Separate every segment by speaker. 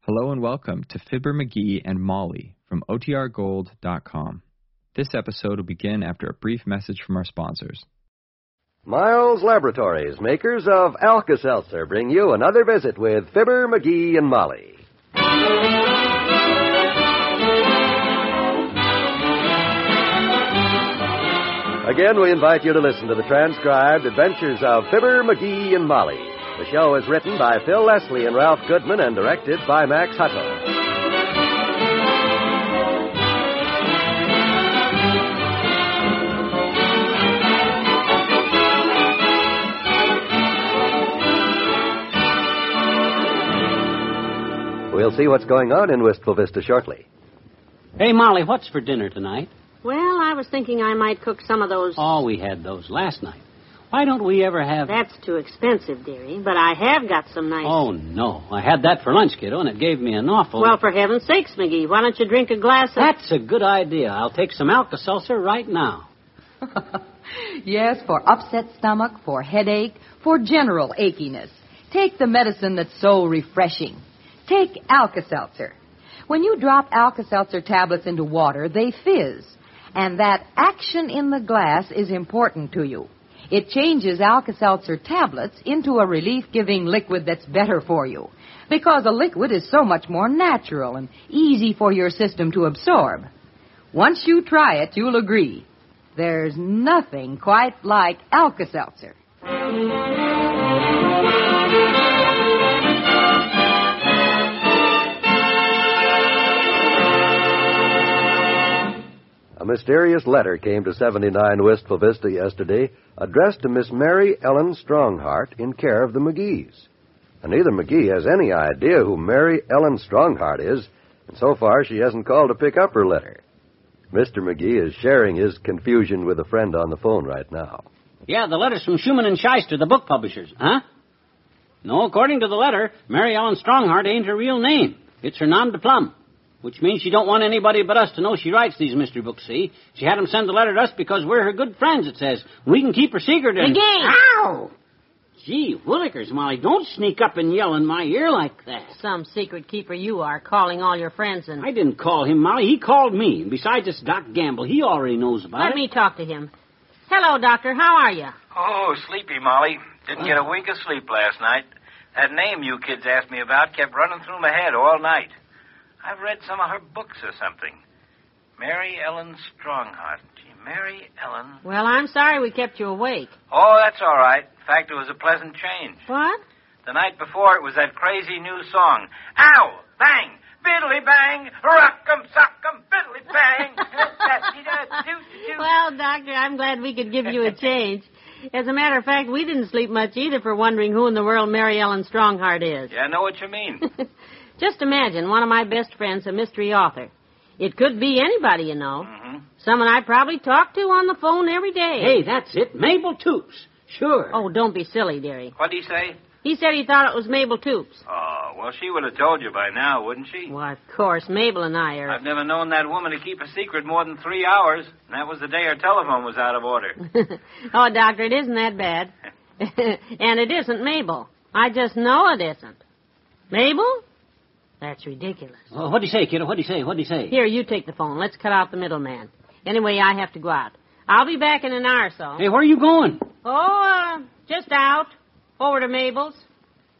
Speaker 1: Hello and welcome to Fibber McGee and Molly from OTRGold.com. This episode will begin after a brief message from our sponsors.
Speaker 2: Miles Laboratories, makers of Alka Seltzer, bring you another visit with Fibber, McGee, and Molly. Again, we invite you to listen to the transcribed adventures of Fibber, McGee, and Molly. The show is written by Phil Leslie and Ralph Goodman and directed by Max Huckle. We'll see what's going on in Wistful Vista shortly.
Speaker 3: Hey, Molly, what's for dinner tonight?
Speaker 4: Well, I was thinking I might cook some of those.
Speaker 3: Oh, we had those last night. Why don't we ever have.
Speaker 4: That's too expensive, dearie, but I have got some nice.
Speaker 3: Oh, no. I had that for lunch, kiddo, and it gave me an awful.
Speaker 4: Well, for heaven's sakes, McGee, why don't you drink a glass of.
Speaker 3: That's a good idea. I'll take some Alka Seltzer right now.
Speaker 5: yes, for upset stomach, for headache, for general achiness. Take the medicine that's so refreshing. Take Alka Seltzer. When you drop Alka Seltzer tablets into water, they fizz. And that action in the glass is important to you. It changes Alka Seltzer tablets into a relief giving liquid that's better for you. Because a liquid is so much more natural and easy for your system to absorb. Once you try it, you'll agree. There's nothing quite like Alka Seltzer.
Speaker 2: A mysterious letter came to 79 Wistful Vista yesterday, addressed to Miss Mary Ellen Strongheart in care of the McGees. And neither McGee has any idea who Mary Ellen Strongheart is, and so far she hasn't called to pick up her letter. Mr. McGee is sharing his confusion with a friend on the phone right now.
Speaker 3: Yeah, the letter's from Schumann and Shyster, the book publishers, huh? No, according to the letter, Mary Ellen Strongheart ain't her real name. It's her nom de plume, which means she don't want anybody but us to know she writes these mystery books, see? She had 'em send the letter to us because we're her good friends, it says. We can keep her secret and...
Speaker 4: McGee!
Speaker 3: Ow! Gee, willikers, Molly, don't sneak up and yell in my ear like that.
Speaker 4: Some secret keeper you are, calling all your friends and.
Speaker 3: I didn't call him, Molly. He called me. And besides, it's Doc Gamble. He already knows about
Speaker 4: Let
Speaker 3: it.
Speaker 4: me talk to him. Hello, Doctor. How are you?
Speaker 6: Oh, sleepy Molly. Didn't get a wink of sleep last night. That name you kids asked me about kept running through my head all night. I've read some of her books or something. Mary Ellen Strongheart. Gee, Mary Ellen.
Speaker 4: Well, I'm sorry we kept you awake.
Speaker 6: Oh, that's all right. In fact, it was a pleasant change.
Speaker 4: What?
Speaker 6: The night before, it was that crazy new song. Ow! Bang! Biddly bang! Rock'em, sock'em, biddly bang!
Speaker 4: well, Doctor, I'm glad we could give you a change. As a matter of fact, we didn't sleep much either for wondering who in the world Mary Ellen Strongheart is.
Speaker 6: yeah, I know what you mean.
Speaker 4: Just imagine one of my best friends, a mystery author. It could be anybody, you know.
Speaker 6: Mm-hmm.
Speaker 4: Someone I probably talk to on the phone every day.
Speaker 3: Hey, that's it. Mabel Toops. Sure.
Speaker 4: Oh, don't be silly, dearie.
Speaker 6: What'd he say?
Speaker 4: He said he thought it was Mabel Toops.
Speaker 6: Oh, well, she would have told you by now, wouldn't she?
Speaker 4: Why, of course, Mabel and I are.
Speaker 6: I've never known that woman to keep a secret more than three hours, and that was the day her telephone was out of order.
Speaker 4: oh, Doctor, it isn't that bad. and it isn't Mabel. I just know it isn't. Mabel? That's ridiculous.
Speaker 3: Oh, what'd he say, kiddo? What'd he say? What'd he say?
Speaker 4: Here, you take the phone. Let's cut out the middleman. Anyway, I have to go out. I'll be back in an hour or so.
Speaker 3: Hey, where are you going?
Speaker 4: Oh, uh, just out. Over to Mabel's.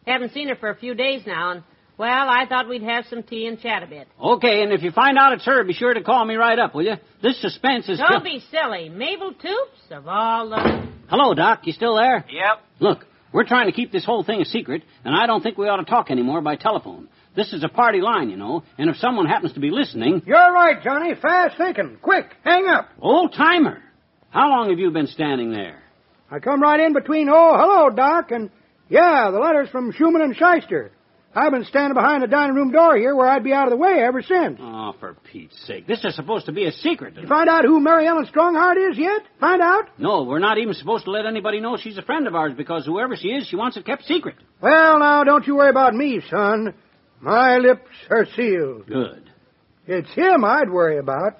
Speaker 4: Haven't seen her for a few days now, and, well, I thought we'd have some tea and chat a bit.
Speaker 3: Okay, and if you find out it's her, be sure to call me right up, will you? This suspense is.
Speaker 4: Don't be silly. Mabel Toops, of all the.
Speaker 3: Hello, Doc. You still there?
Speaker 6: yep.
Speaker 3: Look, we're trying to keep this whole thing a secret, and I don't think we ought to talk anymore by telephone. This is a party line, you know, and if someone happens to be listening,
Speaker 7: You're right, Johnny. Fast thinking. Quick, hang up.
Speaker 3: old timer. How long have you been standing there?
Speaker 7: I come right in between, oh, hello, Doc, and yeah, the letter's from Schumann and Shyster. I've been standing behind the dining room door here where I'd be out of the way ever since.
Speaker 3: Oh, for Pete's sake! This is supposed to be a secret.
Speaker 7: You find out who Mary Ellen Strongheart is yet? Find out?
Speaker 3: No, we're not even supposed to let anybody know she's a friend of ours because whoever she is, she wants it kept secret.
Speaker 7: Well, now, don't you worry about me, son. My lips are sealed.
Speaker 3: Good.
Speaker 7: It's him I'd worry about.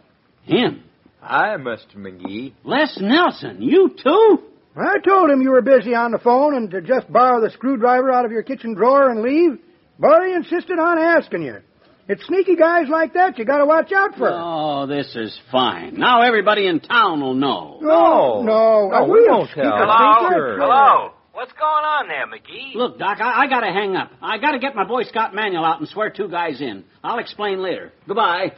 Speaker 3: Him.
Speaker 8: Hi, Mr. McGee.
Speaker 3: Les Nelson, you too?
Speaker 7: I told him you were busy on the phone and to just borrow the screwdriver out of your kitchen drawer and leave. Buddy insisted on asking you. It's sneaky guys like that you gotta watch out for.
Speaker 3: Oh, this is fine. Now everybody in town will know.
Speaker 7: No, no,
Speaker 8: No,
Speaker 7: we
Speaker 8: we
Speaker 7: don't
Speaker 8: won't
Speaker 7: speak
Speaker 8: tell.
Speaker 7: a
Speaker 6: Hello?
Speaker 7: finger.
Speaker 6: Hello? What's going on there, McGee?
Speaker 3: Look, Doc, I, I gotta hang up. I gotta get my Boy Scout manual out and swear two guys in. I'll explain later. Goodbye.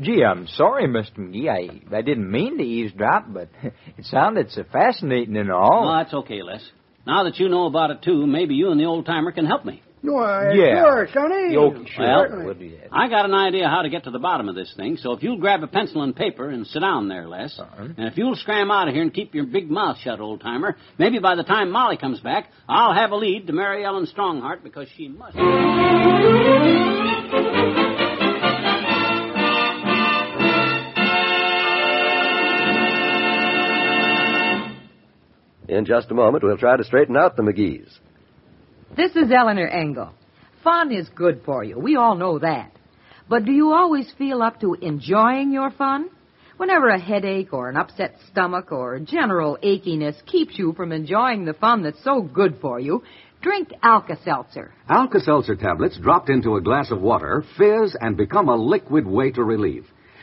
Speaker 8: Gee, I'm sorry, Mr. McGee. I I didn't mean to eavesdrop, but it sounded so fascinating and all.
Speaker 3: Oh, that's okay, Les. Now that you know about it too, maybe you and the old timer can help me.
Speaker 7: Why,
Speaker 8: Yeah.
Speaker 7: sure, Sonny.
Speaker 8: Yo, sure,
Speaker 3: Well,
Speaker 8: we'll do that.
Speaker 3: I got an idea how to get to the bottom of this thing, so if you'll grab a pencil and paper and sit down there, Les, and if you'll scram out of here and keep your big mouth shut, old timer, maybe by the time Molly comes back, I'll have a lead to Mary Ellen Strongheart because she must.
Speaker 2: In just a moment, we'll try to straighten out the McGees.
Speaker 5: This is Eleanor Engel. Fun is good for you. We all know that. But do you always feel up to enjoying your fun? Whenever a headache or an upset stomach or general achiness keeps you from enjoying the fun that's so good for you, drink Alka Seltzer.
Speaker 9: Alka Seltzer tablets dropped into a glass of water fizz and become a liquid way to relief.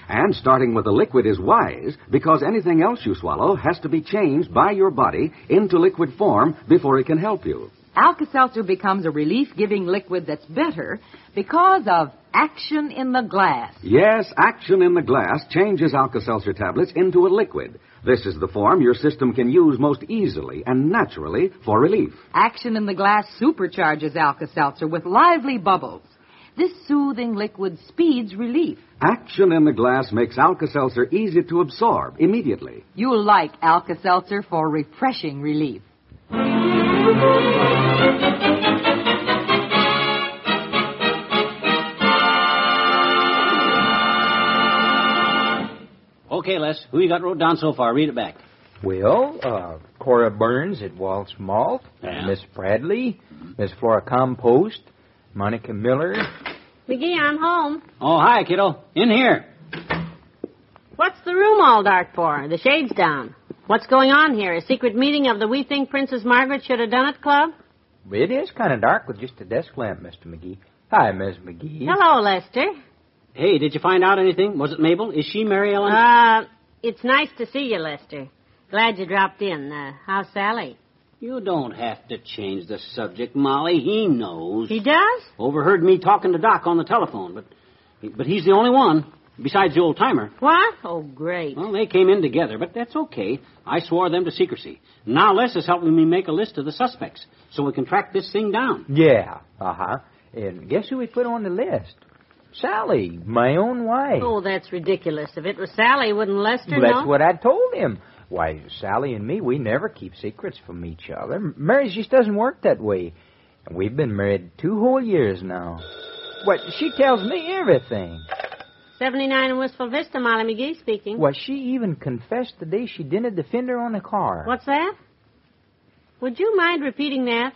Speaker 9: And starting with a liquid is wise because anything else you swallow has to be changed by your body into liquid form before it can help you.
Speaker 5: Alka Seltzer becomes a relief giving liquid that's better because of action in the glass.
Speaker 9: Yes, action in the glass changes Alka Seltzer tablets into a liquid. This is the form your system can use most easily and naturally for relief.
Speaker 5: Action in the glass supercharges Alka Seltzer with lively bubbles. This soothing liquid speeds relief.
Speaker 9: Action in the glass makes Alka Seltzer easy to absorb immediately.
Speaker 5: You'll like Alka Seltzer for refreshing relief.
Speaker 3: Okay, Les, who you got wrote down so far? Read it back.
Speaker 8: Well, uh, Cora Burns at Waltz Malt,
Speaker 3: Yeah.
Speaker 8: Miss Bradley, Miss Flora Compost, Monica Miller.
Speaker 4: McGee, I'm home.
Speaker 3: Oh, hi, kiddo. In here.
Speaker 4: What's the room all dark for? The shade's down. What's going on here? A secret meeting of the We Think Princess Margaret Should Have Done It Club?
Speaker 8: It is kind of dark with just a desk lamp, Mr. McGee. Hi, Miss McGee.
Speaker 4: Hello, Lester.
Speaker 3: Hey, did you find out anything? Was it Mabel? Is she Mary Ellen?
Speaker 4: Uh, it's nice to see you, Lester. Glad you dropped in. Uh, how's Sally?
Speaker 3: you don't have to change the subject, Molly. He knows.
Speaker 4: He does?
Speaker 3: overheard me talking to Doc on the telephone, but but he's the only one besides the old timer.
Speaker 4: What? Oh, great.
Speaker 3: Well, they came in together, but that's okay. I swore them to secrecy. Now Les is helping me make a list of the suspects so we can track this thing down.
Speaker 8: Yeah, uh huh. And guess who we put on the list? Sally, my own wife.
Speaker 4: Oh, that's ridiculous. If it was Sally, wouldn't Lester
Speaker 8: Well,
Speaker 4: know?
Speaker 8: that's what I told him. Why, Sally and me, we never keep secrets from each other. Marriage just doesn't work that way. And We've been married two whole years now. What, she tells me everything.
Speaker 4: 79 in Wistful Vista, Molly McGee speaking.
Speaker 8: Why, she even confessed the day she dented the fender on the car.
Speaker 4: What's that? Would you mind repeating that?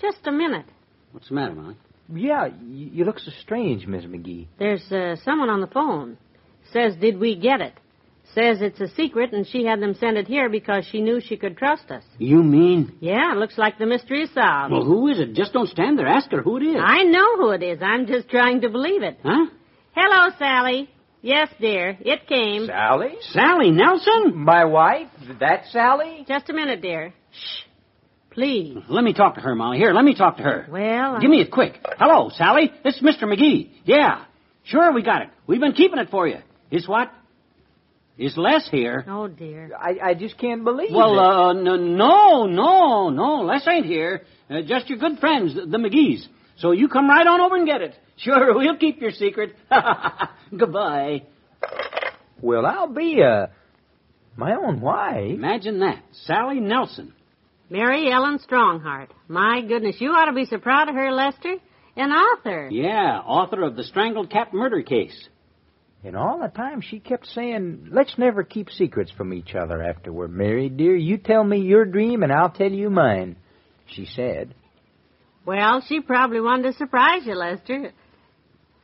Speaker 4: Just a minute.
Speaker 3: What's the matter, Molly?
Speaker 8: Yeah, you, you look so strange, Miss McGee.
Speaker 4: There's uh, someone on the phone. Says, did we get it? Says it's a secret and she had them send it here because she knew she could trust us.
Speaker 3: You mean?
Speaker 4: Yeah, looks like the mystery is solved.
Speaker 3: Well, who is it? Just don't stand there. Ask her who it is.
Speaker 4: I know who it is. I'm just trying to believe it.
Speaker 3: Huh?
Speaker 4: Hello, Sally. Yes, dear. It came.
Speaker 8: Sally?
Speaker 3: Sally Nelson?
Speaker 8: My wife? That Sally?
Speaker 4: Just a minute, dear. Shh. Please.
Speaker 3: Let me talk to her, Molly. Here, let me talk to her.
Speaker 4: Well, I-
Speaker 3: Give me it quick. Hello, Sally. This is Mr. McGee. Yeah. Sure, we got it. We've been keeping it for you. Is what? Is Les here?
Speaker 4: Oh, dear.
Speaker 8: I, I just can't believe
Speaker 3: Well,
Speaker 8: it.
Speaker 3: uh, n- no, no, no. Les ain't here. Uh, just your good friends, the, the McGees. So you come right on over and get it. Sure, we'll keep your secret. Goodbye.
Speaker 8: well, I'll be, uh, my own wife.
Speaker 3: Imagine that. Sally Nelson.
Speaker 4: Mary Ellen Strongheart. My goodness, you ought to be so proud of her, Lester. An author.
Speaker 3: Yeah, author of the Strangled Cat Murder Case.
Speaker 8: And all the time she kept saying, let's never keep secrets from each other after we're married, dear. You tell me your dream and I'll tell you mine, she said.
Speaker 4: Well, she probably wanted to surprise you, Lester.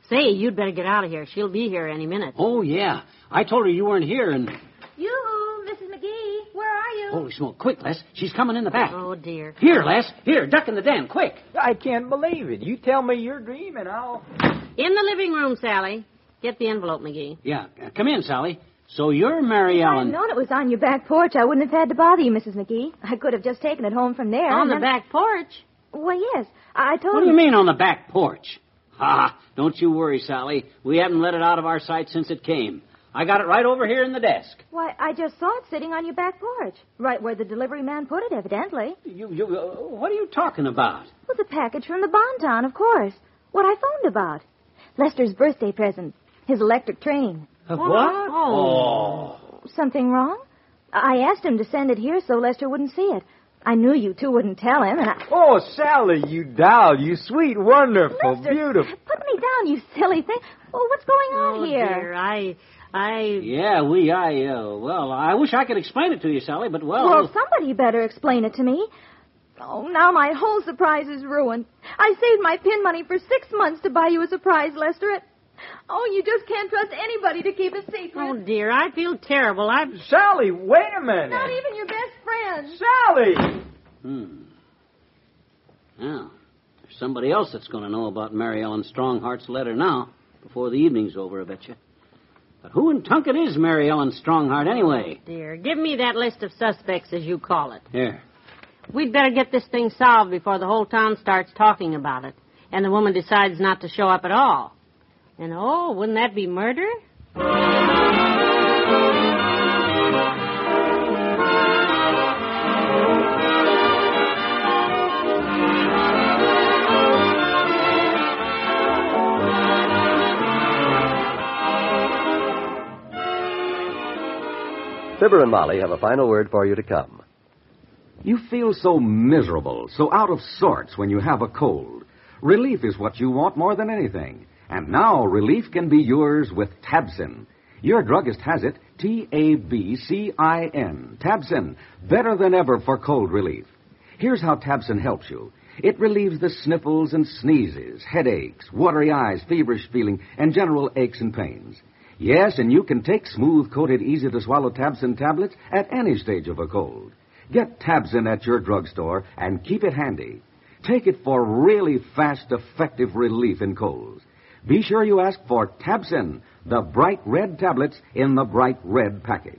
Speaker 4: Say, you'd better get out of here. She'll be here any minute.
Speaker 3: Oh, yeah. I told her you weren't here, and oh,
Speaker 10: You, Mrs. McGee, where are you?
Speaker 3: Holy smoke, quick, Les. She's coming in the back.
Speaker 4: Oh, dear.
Speaker 3: Here, Les. Here, duck in the den, quick.
Speaker 11: I can't believe it. You tell me your dream and I'll.
Speaker 4: In the living room, Sally. Get the envelope, McGee.
Speaker 3: Yeah, uh, come in, Sally. So you're Mary
Speaker 10: If I
Speaker 3: Ellen.
Speaker 10: would known it was on your back porch, I wouldn't have had to bother you, Mrs. McGee. I could have just taken it home from there.
Speaker 4: On
Speaker 10: and
Speaker 4: the
Speaker 10: then-
Speaker 4: back porch.
Speaker 10: Well, yes. I I told
Speaker 3: What do
Speaker 10: him-
Speaker 3: you mean on the back porch? Ah, don't you worry, Sally. We haven't let it out of our sight since it came. I got it right over here in the desk.
Speaker 10: Why, I just saw it sitting on your back porch, right where the delivery man put it, evidently.
Speaker 3: You, you, uh, what are you talking about?
Speaker 10: Well, the package from the Bonton, of course. What I phoned about. Lester's birthday present. His electric train.
Speaker 3: Uh, What?
Speaker 4: Oh.
Speaker 10: Something wrong? I I asked him to send it here so Lester wouldn't see it. I knew you two wouldn't tell him, and I...
Speaker 11: Oh, Sally, you doll, you sweet, wonderful,
Speaker 10: Lester,
Speaker 11: beautiful.
Speaker 10: Put me down, you silly thing. Oh, what's going on
Speaker 4: Oh,
Speaker 10: here?
Speaker 4: dear. I, I.
Speaker 3: Yeah, we, I, uh, well, I wish I could explain it to you, Sally, but, well...
Speaker 10: Well, somebody better explain it to me. Oh, now my whole surprise is ruined. I saved my pin money for six months to buy you a surprise, Lester. It... Oh, you just can't trust anybody to keep a secret.
Speaker 4: Oh, dear. I feel terrible. I've.
Speaker 11: Sally, wait a minute.
Speaker 10: Not even your best friend.
Speaker 11: Sally!
Speaker 3: Hmm. Now, there's somebody else that's going to know about Mary Ellen Strongheart's letter now, before the evening's over, I bet you. But who in Tunket is Mary Ellen Strongheart, anyway?
Speaker 4: Dear, give me that list of suspects, as you call it.
Speaker 3: Here.
Speaker 4: We'd better get this thing solved before the whole town starts talking about it, and the woman decides not to show up at all. And oh, wouldn't that be murder?
Speaker 2: Fibber and Molly have a final word for you to come.
Speaker 8: You feel so miserable, so out of sorts when you have a cold. Relief is what you want more than anything. And now relief can be yours with Tabsin. Your druggist has it T A B C I N. Tabsin, better than ever for cold relief. Here's how Tabsin helps you it relieves the sniffles and sneezes, headaches, watery eyes, feverish feeling, and general aches and pains. Yes, and you can take smooth coated, easy to swallow Tabsin tablets at any stage of a cold. Get Tabsin at your drugstore and keep it handy. Take it for really fast, effective relief in colds. Be sure you ask for Tabsin, the bright red tablets in the bright red package.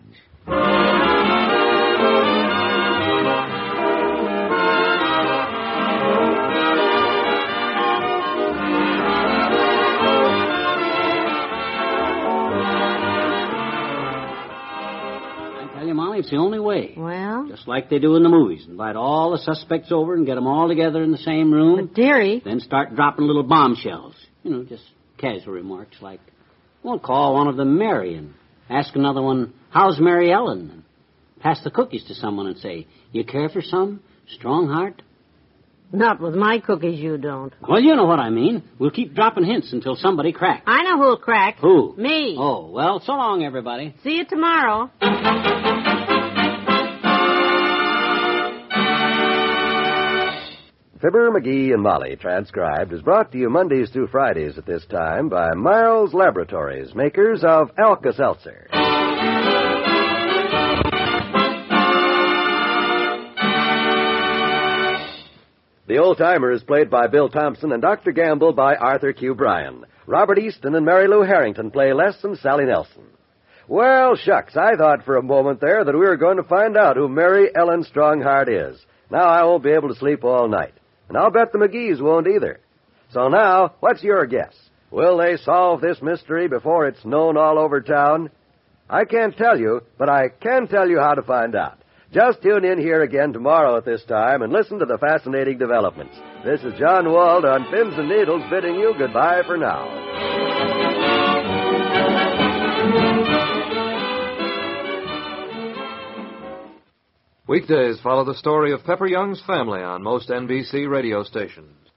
Speaker 3: I tell you, Molly, it's the only way.
Speaker 4: Well,
Speaker 3: Just like they do in the movies. Invite all the suspects over and get them all together in the same room.
Speaker 4: but dearie,
Speaker 3: Then start dropping little bombshells. You know, just casual remarks like, won't call one of them Mary and ask another one, how's Mary Ellen? And pass the cookies to someone and say, you care for some? Strong heart?
Speaker 4: not with my cookies, you don't.
Speaker 3: Well, you know what I mean. We'll keep dropping hints until somebody cracks.
Speaker 4: I know who'll crack.
Speaker 3: Who?
Speaker 4: Me.
Speaker 3: Oh, well, so long, everybody.
Speaker 4: See you tomorrow.
Speaker 2: Fibber, McGee, and Molly, transcribed, is brought to you Mondays through Fridays at this time by Miles Laboratories, makers of Alka Seltzer. The Old Timer is played by Bill Thompson and Dr. Gamble by Arthur Q. Bryan. Robert Easton and Mary Lou Harrington play Les and Sally Nelson. Well, shucks, I thought for a moment there that we were going to find out who Mary Ellen Strongheart is. Now I won't be able to sleep all night. And I'll bet the McGees won't either. So now, what's your guess? Will they solve this mystery before it's known all over town? I can't tell you, but I can tell you how to find out. Just tune in here again tomorrow at this time and listen to the fascinating developments. This is John Wald on Pins and Needles bidding you goodbye for now.
Speaker 12: Weekdays follow the story of Pepper Young's family on most NBC radio stations.